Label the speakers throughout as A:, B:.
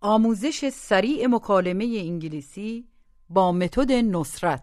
A: آموزش سریع مکالمه انگلیسی با متد نصرت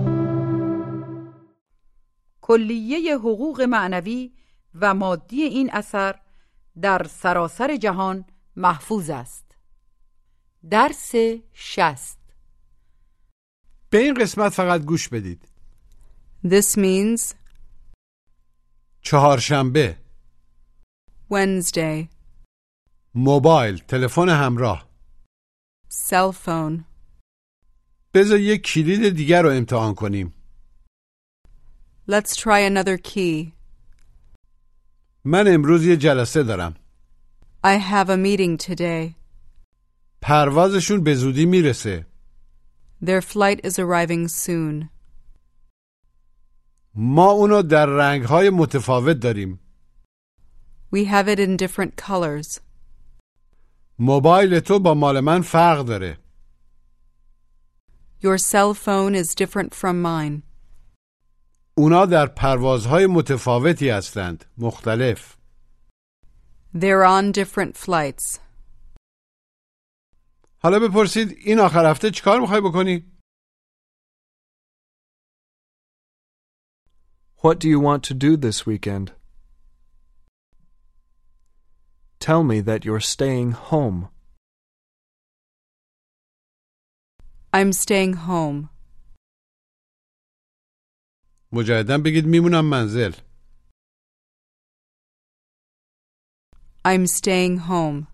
A: کلیه حقوق معنوی و مادی این اثر در سراسر جهان محفوظ است درس شست
B: به این قسمت فقط گوش بدید
C: This means
B: چهارشنبه
C: Wednesday.
B: موبایل تلفن همراه
C: Cell phone.
B: بذار یک کلید دیگر رو امتحان کنیم
C: Let's try another key.
B: من امروز یه جلسه دارم
C: I have a meeting today.
B: پروازشون به زودی میرسه
C: Their flight is arriving soon.
B: ما اونو در رنگهای متفاوت داریم
C: We have it in different colors.
B: موبایل تو با مال من فرق داره
C: Your cell phone is different from mine.
B: اونا در پروازهای متفاوتی هستند مختلف
C: They're on different flights.
B: حالا بپرسید این آخر هفته چیکار میخوای بکنی؟
D: What do you want to do this weekend? Tell me that you're staying home.
C: I'm staying home.
B: مجددا بگید میمونم منزل
C: I'm staying home.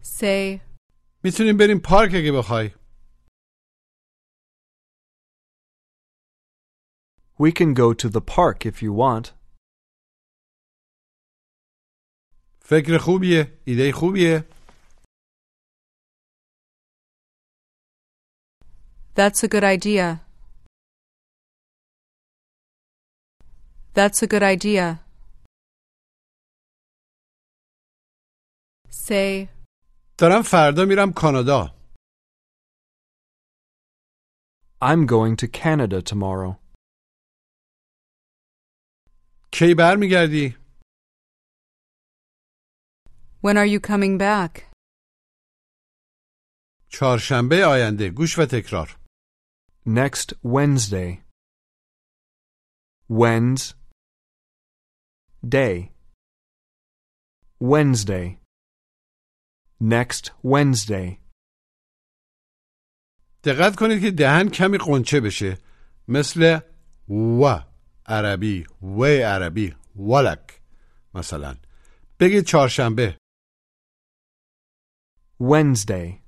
C: Say,
B: میتونیم بریم پارک اگه بخوای
D: We can go to the park if you want.
B: فکر خوبیه ایده خوبیه
C: that's a good idea. That's a good idea. Say,
B: دارم فردا میرم کانادا
D: I'm going to Canada tomorrow.
B: کی برمیگردی
C: when are you coming back?
B: چهارشنبه آینده گوش و تکرار
D: Next Wednesday. Wednes. Day. Wednesday. Next Wednesday.
B: دقت کنید که دهن کمی قنچه بشه مثل و عربی و عربی ولک مثلا بگید چهارشنبه
D: Wednesday.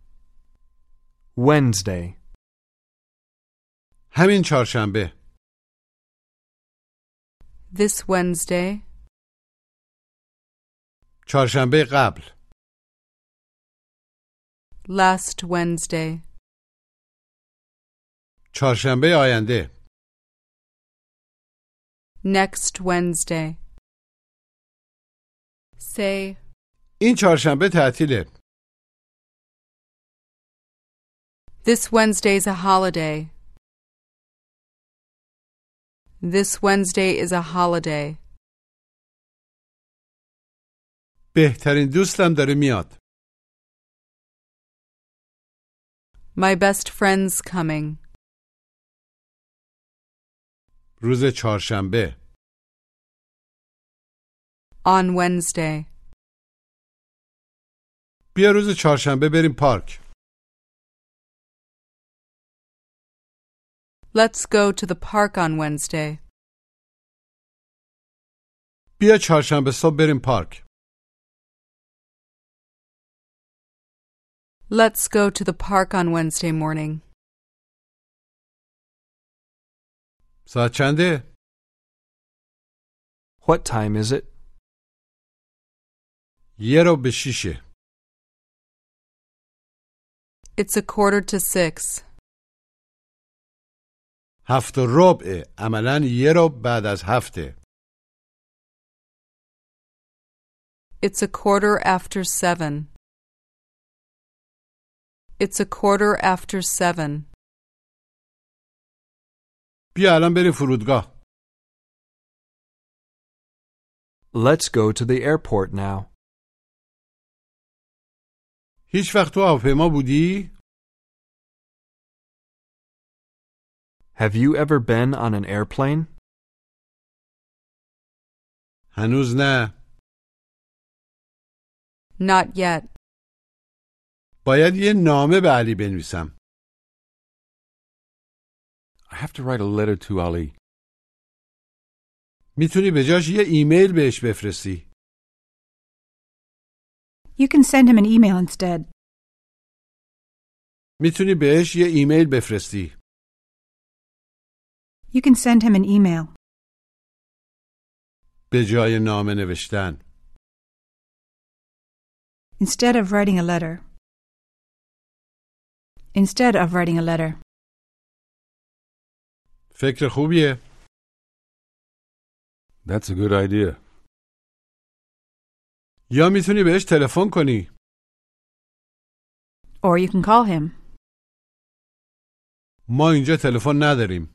D: Wednesday.
B: همین چهارشنبه
C: This Wednesday,
B: چهارشنبه قبل
C: last Wednesday,
B: چهارشنبه آینده
C: next Wednesday. Say,
B: این چهارشنبه تعطیله
C: this Wednesday's a holiday. This Wednesday is a holiday.
B: بهترین دوستم داره میاد
C: My best friend's coming.
B: روز چهارشنبه
C: On Wednesday.
B: بیا روز چهارشنبه بریم پارک
C: Let's go to the park on Wednesday.
B: بیا چهارشنبه صبح بریم پارک
C: Let's go to the park on Wednesday morning.
B: ساعت چنده؟
D: What time is it?
B: یه رو به شیشه
C: It's a quarter to six.
B: هفت و ربعه عملا یه رو بعد از هفته
C: It's a quarter after seven. It's a quarter after seven.
B: بیا الان بریم فرودگاه
D: Let's go to the airport now.
B: هیچ وقت تو هواپیما بودی؟
D: Have you ever been on an airplane?
B: هنوز نه
C: Not yet.
B: باید یه نامه به علی بنویسم
E: I have to write a letter to Ali.
B: میتونی به جاش یه ایمیل بهش بفرستی
F: You can send him an email instead.
B: میتونی بهش یه ایمیل بفرستی
F: You can send him an email
B: به جای نامه نوشتن
F: instead of writing a letter. Instead of writing a letter.
B: فکر خوبیه
E: That's a good idea.
B: یا میتونی بهش تلفن کنی
F: Or you can call him.
B: ما اینجا تلفن نداریم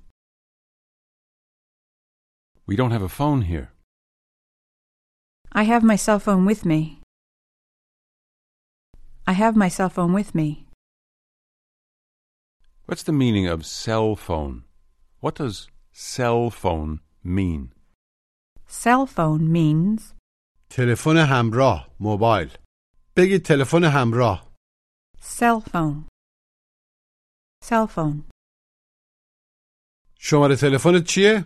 E: We don't have a phone here.
F: I have my cell phone with me. I have my cell phone with me.
E: What's the meaning of cell phone? What does cell phone mean?
F: Cell phone means
B: تلفن همراه موبایل بگید تلفن همراه
F: cell phone. Cell phone.
B: شماره تلفنت چیه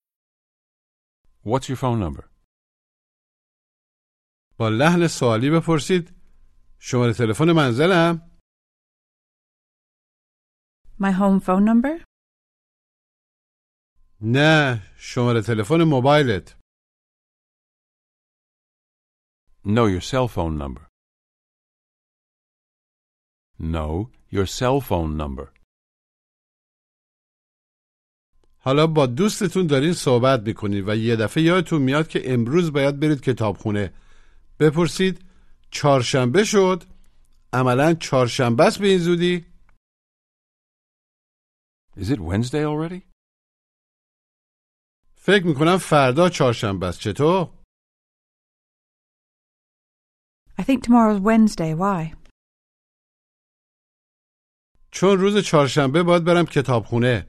E: What's your phone number?
B: با لحن سوالی بپرسید شماره تلفن منزلم
F: My home phone number?
B: نه شماره تلفن موبایلت
E: No, your cell phone number. No, your cell phone number.
B: حالا با دوستتون دارین صحبت میکنید و یه دفعه یادتون میاد که امروز باید برید کتابخونه بپرسید چهارشنبه شد عملا چهارشنبه است به این زودی
E: Is it Wednesday already?
B: فکر میکنم فردا چهارشنبه است چطور
F: I think tomorrow's Wednesday. Why?
B: چون روز چهارشنبه باید برم کتابخونه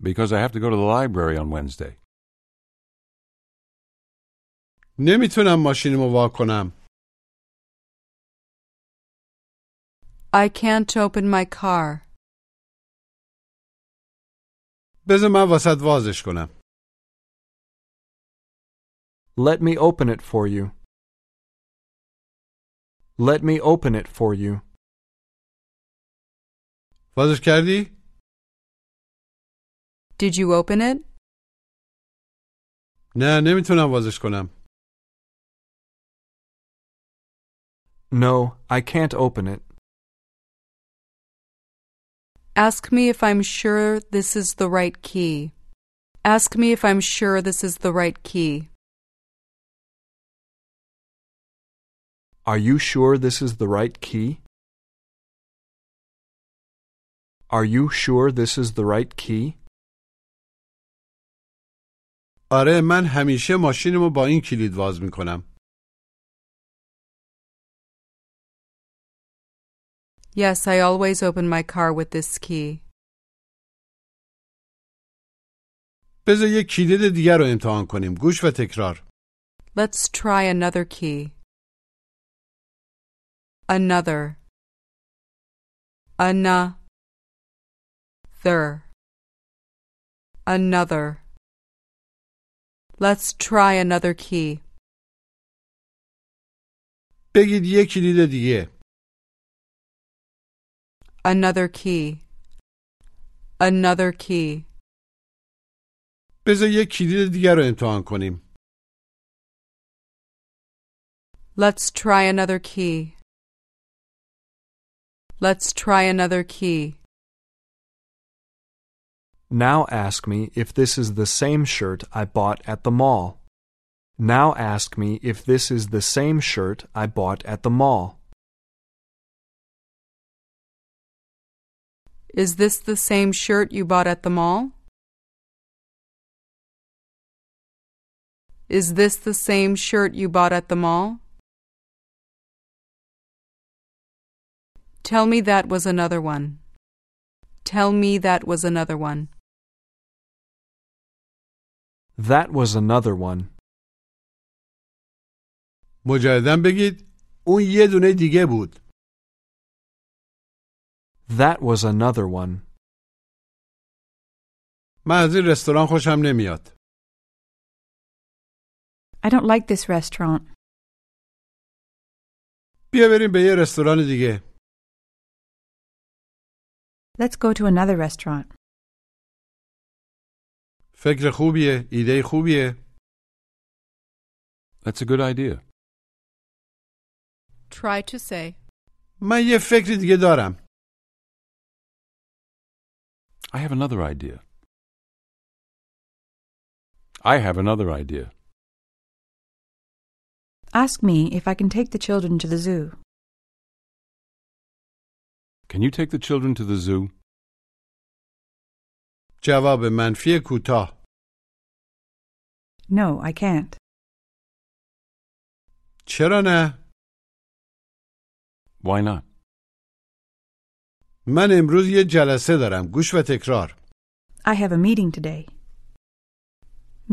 E: Because I have to go to the library on Wednesday.
B: نمیتونم ماشینمو وا کنم
C: I can't open my car.
B: بذار من واسط وازش کنم
D: Let me open it for you. Let me open it for you.
B: وازش کردی
C: Did you open it?
B: نه نمیتونم وازش کنم
D: No, I can't open it.
C: Ask me if I'm sure this is the right key. Ask me if I'm sure this is the right key.
D: Are you sure this is the right key? Are you sure this is the right key?
B: آره من همیشه ماشینمو با این کلید واز میکنم.
C: Yes, I always open my car with this key.
B: بذار یه کلید دیگر رو امتحان کنیم. گوش و تکرار.
C: Let's try another key. Another. Another. Another. Let's try another key.
B: بگید یه کلید دیگه.
C: Another key. Another key.
B: بذار یه کلید دیگر رو امتحان کنیم.
C: Let's try another key. Let's try another key.
D: Now ask me if this is the same shirt I bought at the mall. Now ask me if this is the same shirt I bought at the mall.
C: Is this the same shirt you bought at the mall? Is this the same shirt you bought at the mall? Tell me that was another one. Tell me that was another one.
D: That was another one.
B: مجددا بگید اون یه دونه دیگه بود.
D: That was another one.
B: من از این رستوران خوشم نمیاد.
F: I don't like this restaurant.
B: بیا بریم به یه رستوران دیگه.
F: Let's go to another restaurant.
B: فکر خوبیه، ایده خوبیه.
E: That's a good idea.
C: Try to say.
B: من یه فکر دیگه دارم.
E: I have another idea. I have another idea.
F: Ask me if I can take the children to the zoo.
E: Can you take the children to the zoo?
B: جواب منفی کوتاه.
F: No, I can't.
B: چرا نه؟
E: Why not?
B: من امروز یه جلسه دارم. گوش و تکرار.
F: I have a meeting today.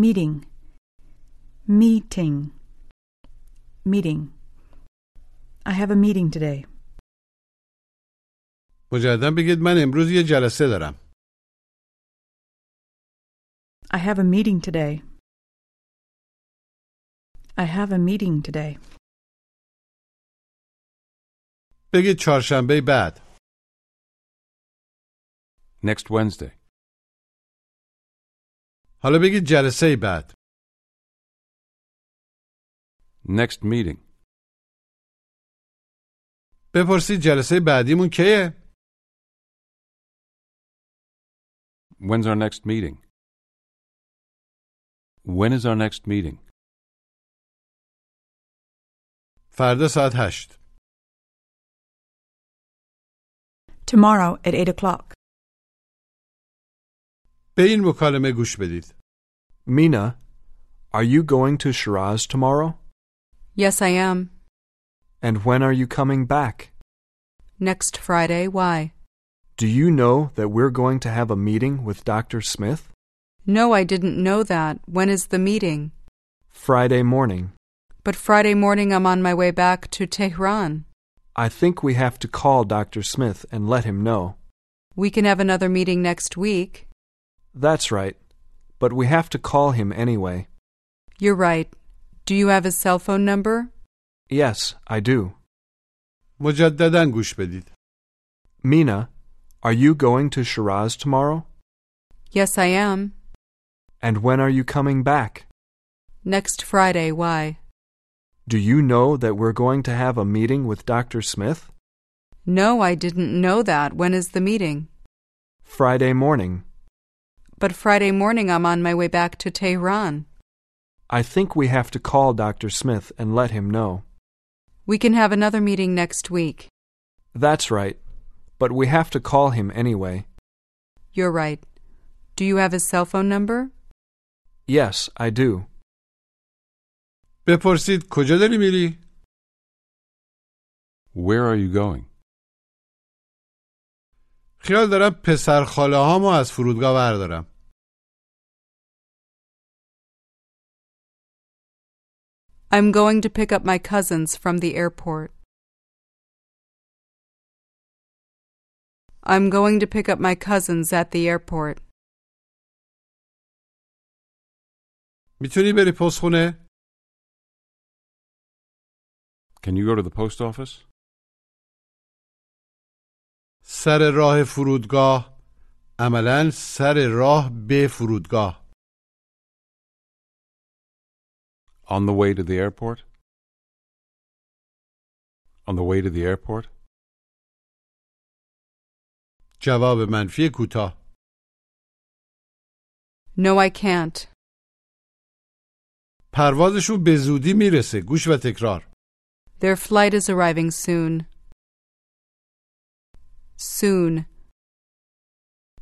F: Meeting. Meeting. Meeting. I have a meeting today.
B: مجددا بگید من امروز یه جلسه دارم.
F: I have a meeting today. I have a meeting today.
B: بگید چهارشنبه بعد.
E: Next Wednesday.
B: حالا بگید جلسه بعد.
E: Next meeting.
B: بپرسید جلسه بعدیمون کیه؟
E: When's our next meeting? When is our next meeting?
B: فردا ساعت هشت.
F: Tomorrow at 8 o'clock.
B: به این مکالمه گوش بدید.
D: Mina, are you going to Shiraz tomorrow?
C: Yes, I am.
D: And when are you coming back?
C: Next Friday, why?
D: Do you know that we're going to have a meeting with Dr. Smith?
C: No, I didn't know that. When is the meeting?
D: Friday morning.
C: But Friday morning I'm on my way back to Tehran.
D: I think we have to call Dr. Smith and let him know.
C: We can have another meeting next week.
D: That's right. But we have to call him anyway.
C: You're right. Do you have his cell phone number?
D: Yes, I do.
B: مجددا گوش بدید.
D: Mina, are you going to Shiraz tomorrow?
C: Yes, I am.
D: And when are you coming back?
C: Next Friday, why?
D: Do you know that we're going to have a meeting with Dr. Smith?
C: No, I didn't know that. When is the meeting?
D: Friday morning.
C: But Friday morning I'm on my way back to Tehran.
D: I think we have to call Dr. Smith and let him know.
C: We can have another meeting next week.
D: That's right. But we have to call him anyway.
C: You're right. Do you have his cell phone number?
D: Yes, I do.
G: بپرسید کجا داری میری؟
B: Where are you going?
G: خیال دارم پسر خاله هامو از فرودگاه بردارم.
C: I'm going to pick up my cousins from the airport. I'm going to pick up my cousins at the airport.
G: میتونی بری پستخونه؟
B: Can you go to the post office?
G: سر راه فرودگاه عملا سر راه به فرودگاه
B: On the way to the airport? On the way to the airport?
G: جواب منفی کوتاه
C: No, I can't.
G: پروازشون به زودی میرسه گوش و تکرار
C: Their flight is arriving soon. Soon.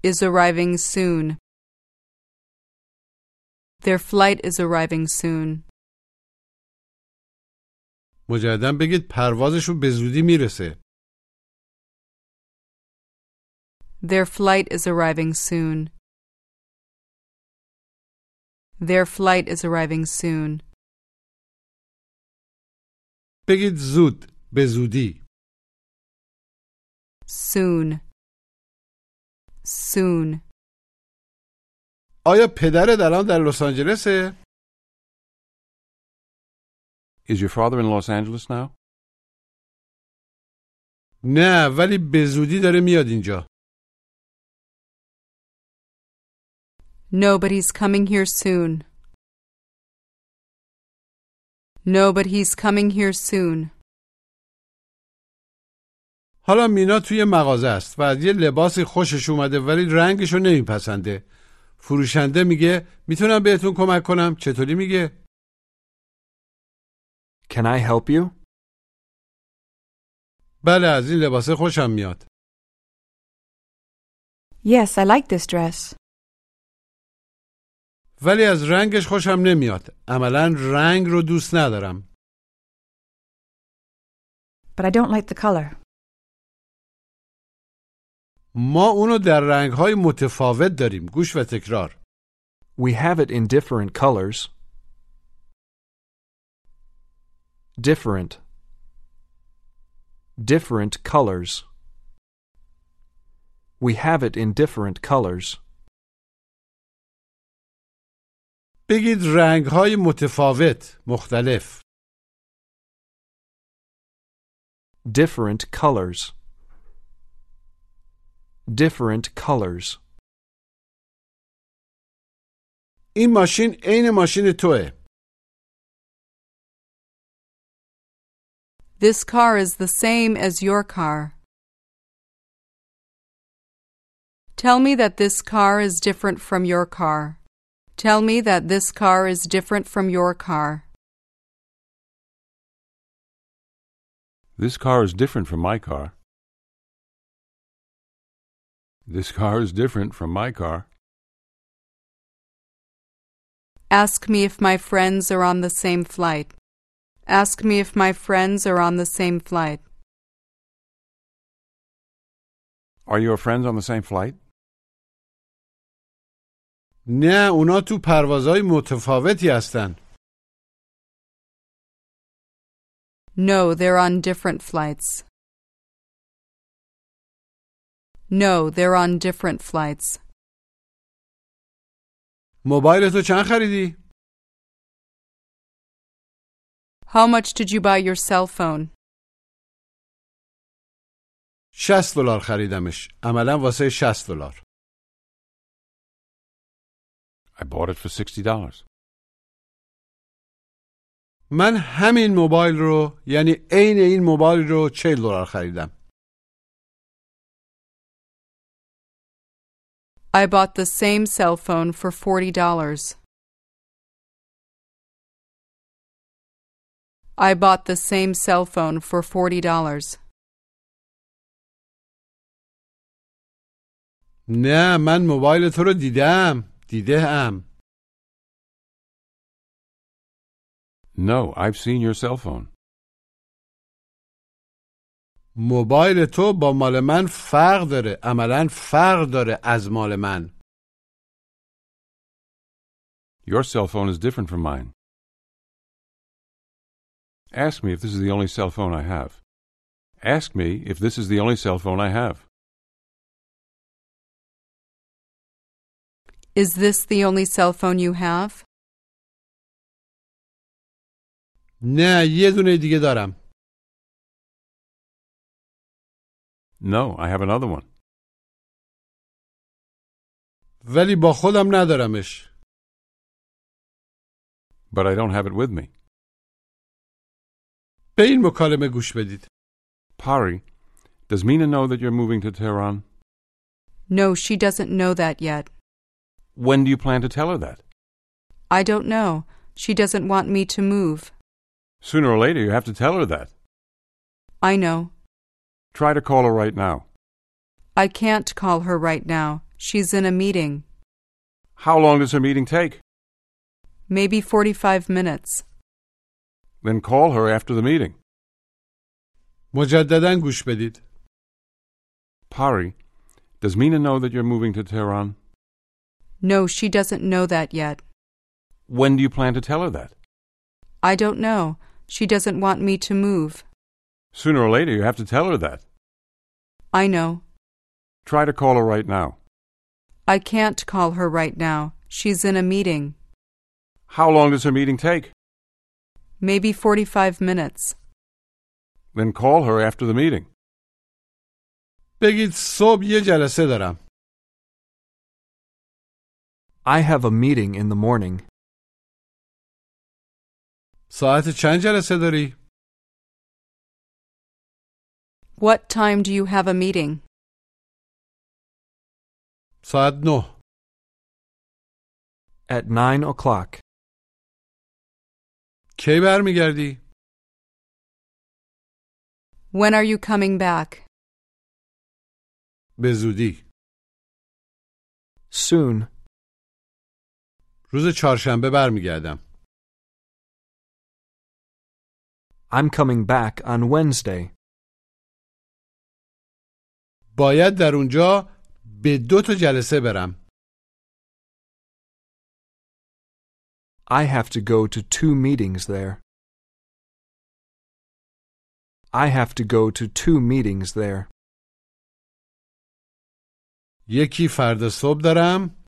C: Is arriving soon. Their flight is arriving soon.
G: مجددا بگید پروازشون به زودی میرسه
C: Their flight is arriving soon. Their flight is arriving soon.
G: بگید زود به زودی
C: Soon. Soon.
G: آیا پدرت الان در لس آنجلسه
B: Is your father in Los Angeles now?
G: نه ولی به زودی داره میاد اینجا
C: No, but he's coming here soon. No, but he's coming here soon.
G: حالا مینا توی مغازه است و از یه لباسی خوشش اومده ولی رنگشو نمیپسنده فروشنده میگه میتونم بهتون کمک کنم چطوری میگه
D: Can I help you?
G: بله از این لباسه خوشم میاد
F: Yes, I like this dress.
G: ولی از رنگش خوشم نمیاد عملا رنگ رو دوست ندارم
F: But I don't like the color.
G: ما اونو در رنگهای متفاوت داریم گوش و تکرار
D: We have it in different colors. Different. Different colors. We have it in different colors.
G: بگید رنگهای متفاوت مختلف
D: Different colors. Different colors.
G: این ماشین عین ماشین توه
C: This car is the same as your car. Tell me that this car is different from your car. Tell me that this car is different from your car.
B: This car is different from my car. This car is different from my car.
C: Ask me if my friends are on the same flight. Ask me if my friends are on the same flight.
B: Are your friends on the same flight?
G: نه اونا تو پروازهای متفاوتی هستن
C: No, they're on different flights. No, they're on different flights.
G: موبایل تو چند خریدی؟
C: How much did you buy your cell phone?
G: 60 دلار خریدمش عملا واسه 60 دلار
B: I bought it for $60.
G: من همین موبایل رو یعنی عین این موبایل رو 40 دلار خریدم
C: I bought the same cell phone for $40. I bought the same cell phone for $40.
B: نه من موبایل تو رو دیدم دیده ام
E: No, I've seen your cell phone.
B: موبایل تو با مال من فرق داره عملا فرق داره از مال من
E: Your cell phone is different from mine. Ask me if this is the only cell phone I have. Ask me if this is the only cell phone I have.
C: Is this the only cell phone you have?
B: نه یه دونه دیگه دارم
E: No, I have another one.
B: ولی با خودم ندارمش
E: But I don't have it with me.
B: به این مکالمه گوش بدید
E: Pari, does Mina know that you're moving to Tehran?
C: No, she doesn't know that yet.
E: When do you plan to tell her that?
C: I don't know. She doesn't want me to move.
E: Sooner or later, you have to tell her that.
C: I know.
E: Try to call her right now.
C: I can't call her right now. She's in a meeting.
E: How long does her meeting take?
C: Maybe 45 minutes.
E: Then call her after the meeting.
B: مجددا گوش بدید
E: Pari, does Mina know that you're moving to Tehran?
C: No, she doesn't know that yet.
E: When do you plan to tell her that?
C: I don't know. She doesn't want me to move.
E: Sooner or later, you have to tell her that.
C: I know.
E: Try to call her right now.
C: I can't call her right now. She's in a meeting.
E: How long does her meeting take?
C: Maybe 45 minutes.
E: Then call her after the meeting.
B: بگید صبح یه جلسه دارم
D: I have a meeting in the morning.
B: ساعت چند جلسه داری؟
C: What time do you have a meeting?
B: ساعت نه
D: At nine o'clock.
B: کی برمیگردی؟
C: When are you coming back?
B: به زودی
D: Soon.
B: روز چهارشنبه برمیگردم
D: I'm coming back on Wednesday.
B: باید در اونجا به دو تا جلسه برم
D: I have to go to two meetings there. I have to go to two meetings there.
B: یکی فردا صبح دارم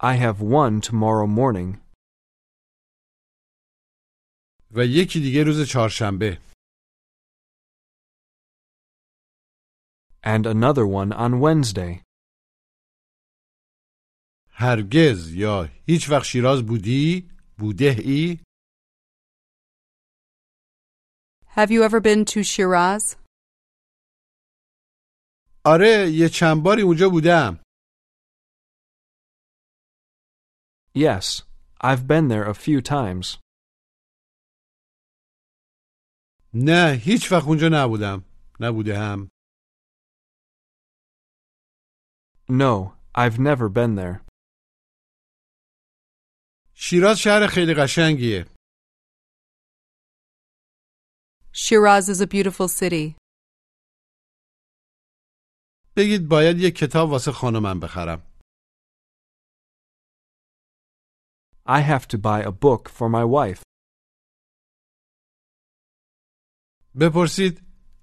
D: I have one tomorrow morning
B: و یکی دیگه روز چهارشنبه
D: and another one on Wednesday.
B: هرگز یا هیچ وقت شیراز بودی؟ بوده ای؟
C: Have you ever been to Shiraz?
B: آره یه چند باری اونجا بودم
D: Yes, I've been there a few times.
B: نه هیچ وقت اونجا نبودم نبوده هم
D: No, I've never been there.
B: شیراز شهر خیلی قشنگیه
C: Shiraz is a beautiful city.
B: بگید باید یه کتاب واسه خانمم بخرم
D: I have to buy a book for my wife.
B: بپرسید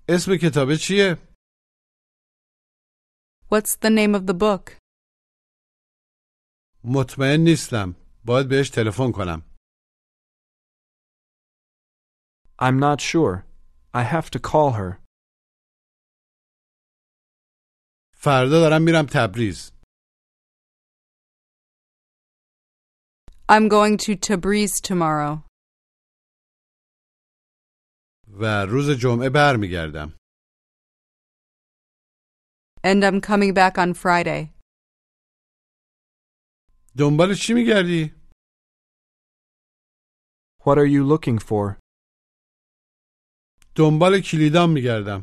B: اسم کتاب چیه؟
C: What's the name of the book?
B: مطمئن نیستم باید بهش تلفن کنم
D: I'm not sure. I have to call her.
B: فردا دارم میرم تبریز
C: I'm going to Tabriz tomorrow.
B: و روز جمعه برمیگردم
C: And I'm coming back on Friday.
B: دنبال چی میگردی؟
D: What are you looking for?
B: دنبال کلیدام میگردم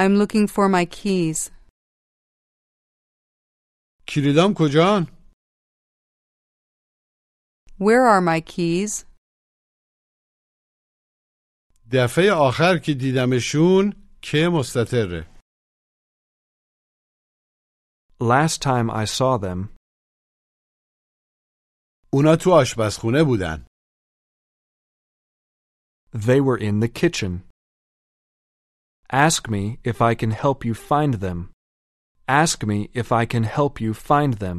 C: I'm looking for my keys.
B: کلیدام کجان؟
C: Where are my keys?
B: دفعه آخر که دیدمشون که مستطره
D: Last time I saw them,
B: اونا تو آشپزخونه بودن
D: they were in the kitchen. Ask me if I can help you find them. Ask me if I can help you find them.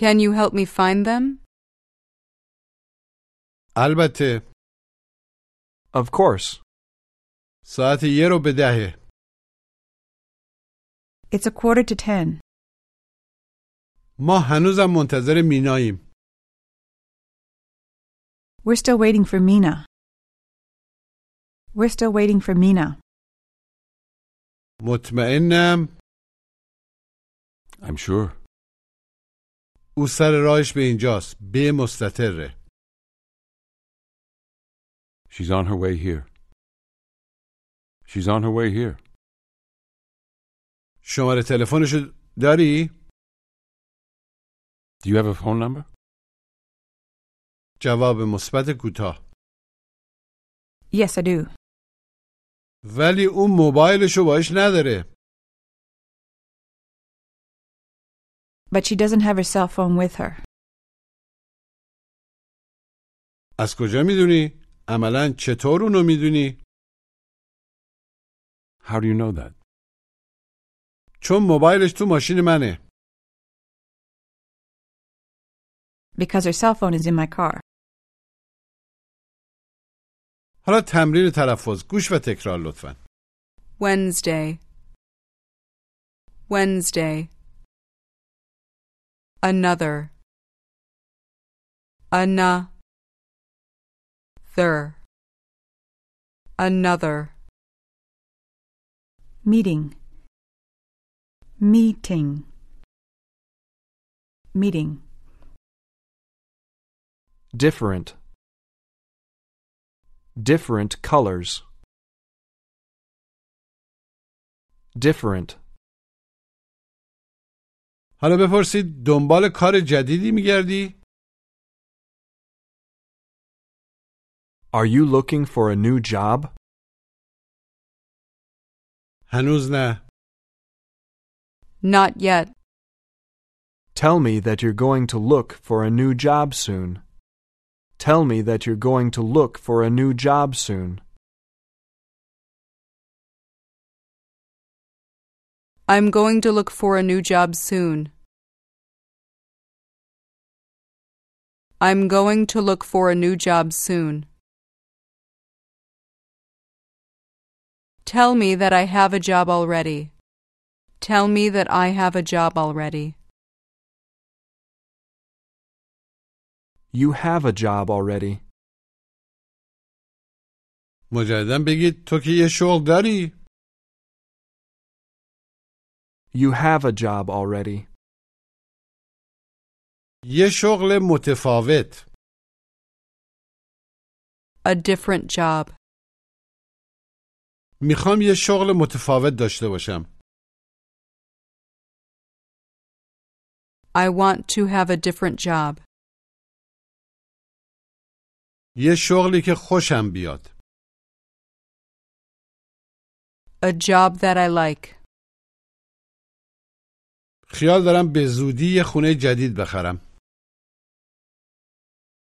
C: Can you help me find them?
B: البته
D: Of course.
B: ساعت یه رو به دهه
F: It's a quarter to ten.
B: ما هنوزم منتظر میناییم
F: We're still waiting for Mina. We're still waiting for Mina.
B: مطمئنم
E: I'm sure.
B: او سر راهش به اینجاست به مستطره
E: She's on her way here. She's on her way here.
B: شماره تلفنشو داری؟
E: Do you have a phone number?
B: جواب مثبت کوتاه
F: Yes, I do.
B: ولی اون موبایلشو باش نداره
F: But she doesn't have her cell phone with her.
B: از کجا میدونی؟ عملا چطور اونو میدونی؟
E: How do you know that?
B: چون موبایلش تو ماشین منه
F: Because her cell phone is in my car.
B: حالا تمرین تلفظ گوش و تکرار لطفا
C: Wednesday. Wednesday. Another. Another. Another.
F: Meeting. Meeting. Meeting.
D: Different. Different colors. Different.
B: حالا بپرسید دنبال کار جدیدی میگردی؟
D: Are you looking for a new job?
B: هنوز نه
C: Not yet.
D: Tell me that you're going to look for a new job soon. Tell me that you're going to look for a new job soon.
C: I'm going to look for a new job soon. I'm going to look for a new job soon. Tell me that I have a job already. Tell me that I have a job already.
D: You have a job already.
B: مجددا بگید تو که یه شغل داری؟
D: You have a job already.
B: یه شغل متفاوت
C: A different job.
B: میخوام یه شغل متفاوت داشته باشم
C: I want to have a different job.
B: یه شغلی که خوشم بیاد
C: A job that I like.
B: خیال دارم به زودی یه خونه جدید بخرم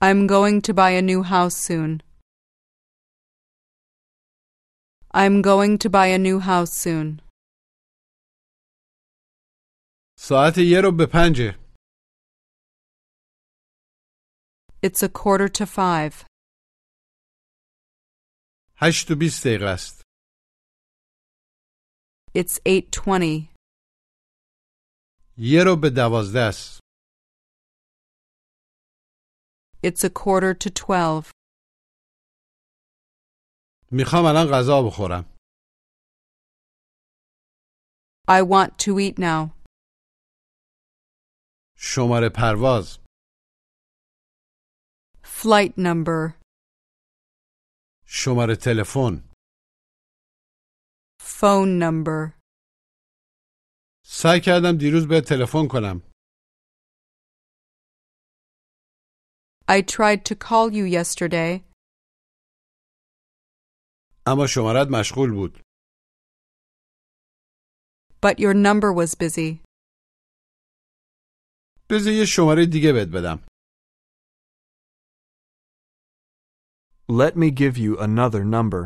C: I'm going to buy a new house soon. I'm going to buy a new house soon.
B: ساعت یه رو به پنجه
C: It's a quarter to five.
B: هشت و بیست دقیقه است
C: It's 8.20.
B: یه رو به دوازده است
C: It's a quarter to 12.
B: میخوام الان غذا بخورم
C: I want to eat now.
B: شماره پرواز
C: Flight number.
B: شماره تلفن
C: Phone number.
B: سعی کردم دیروز به تلفن کنم
C: I tried to call you yesterday,
B: اما شمارت مشغول بود
C: but your number was busy.
B: بذار یه شماره دیگه بهت بدم
D: Let me give you another number.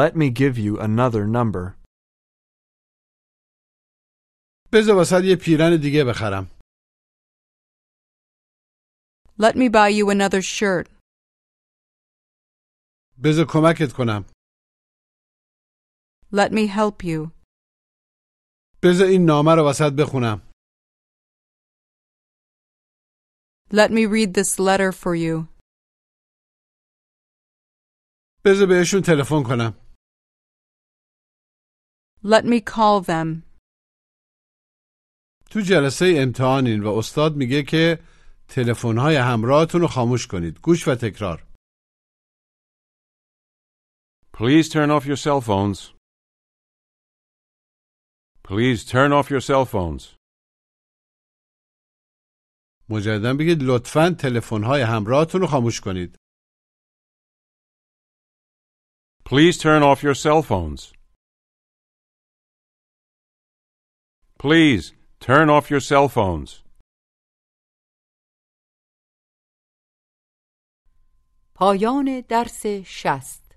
D: Let me give you another number.
B: بذار واسه یه پیرن دیگه بخرم
C: Let me buy you another shirt.
B: بذار کمکت کنم
C: Let me help you.
B: بذار این نامه رو وسط بخونم
C: Let me read this letter for you.
B: بذار بهشون تلفن کنم
C: Let me call them.
B: تو جلسه امتحانین و استاد میگه که تلفن‌های همراهتون رو خاموش کنید گوش و تکرار
E: Please turn off your cell phones. Please turn off your cell phones.
B: مجددا بگید لطفا تلفن‌های همراهتون رو خاموش کنید
E: Please turn off your cell phones. Please turn off your cell phones.
A: پایان درس شست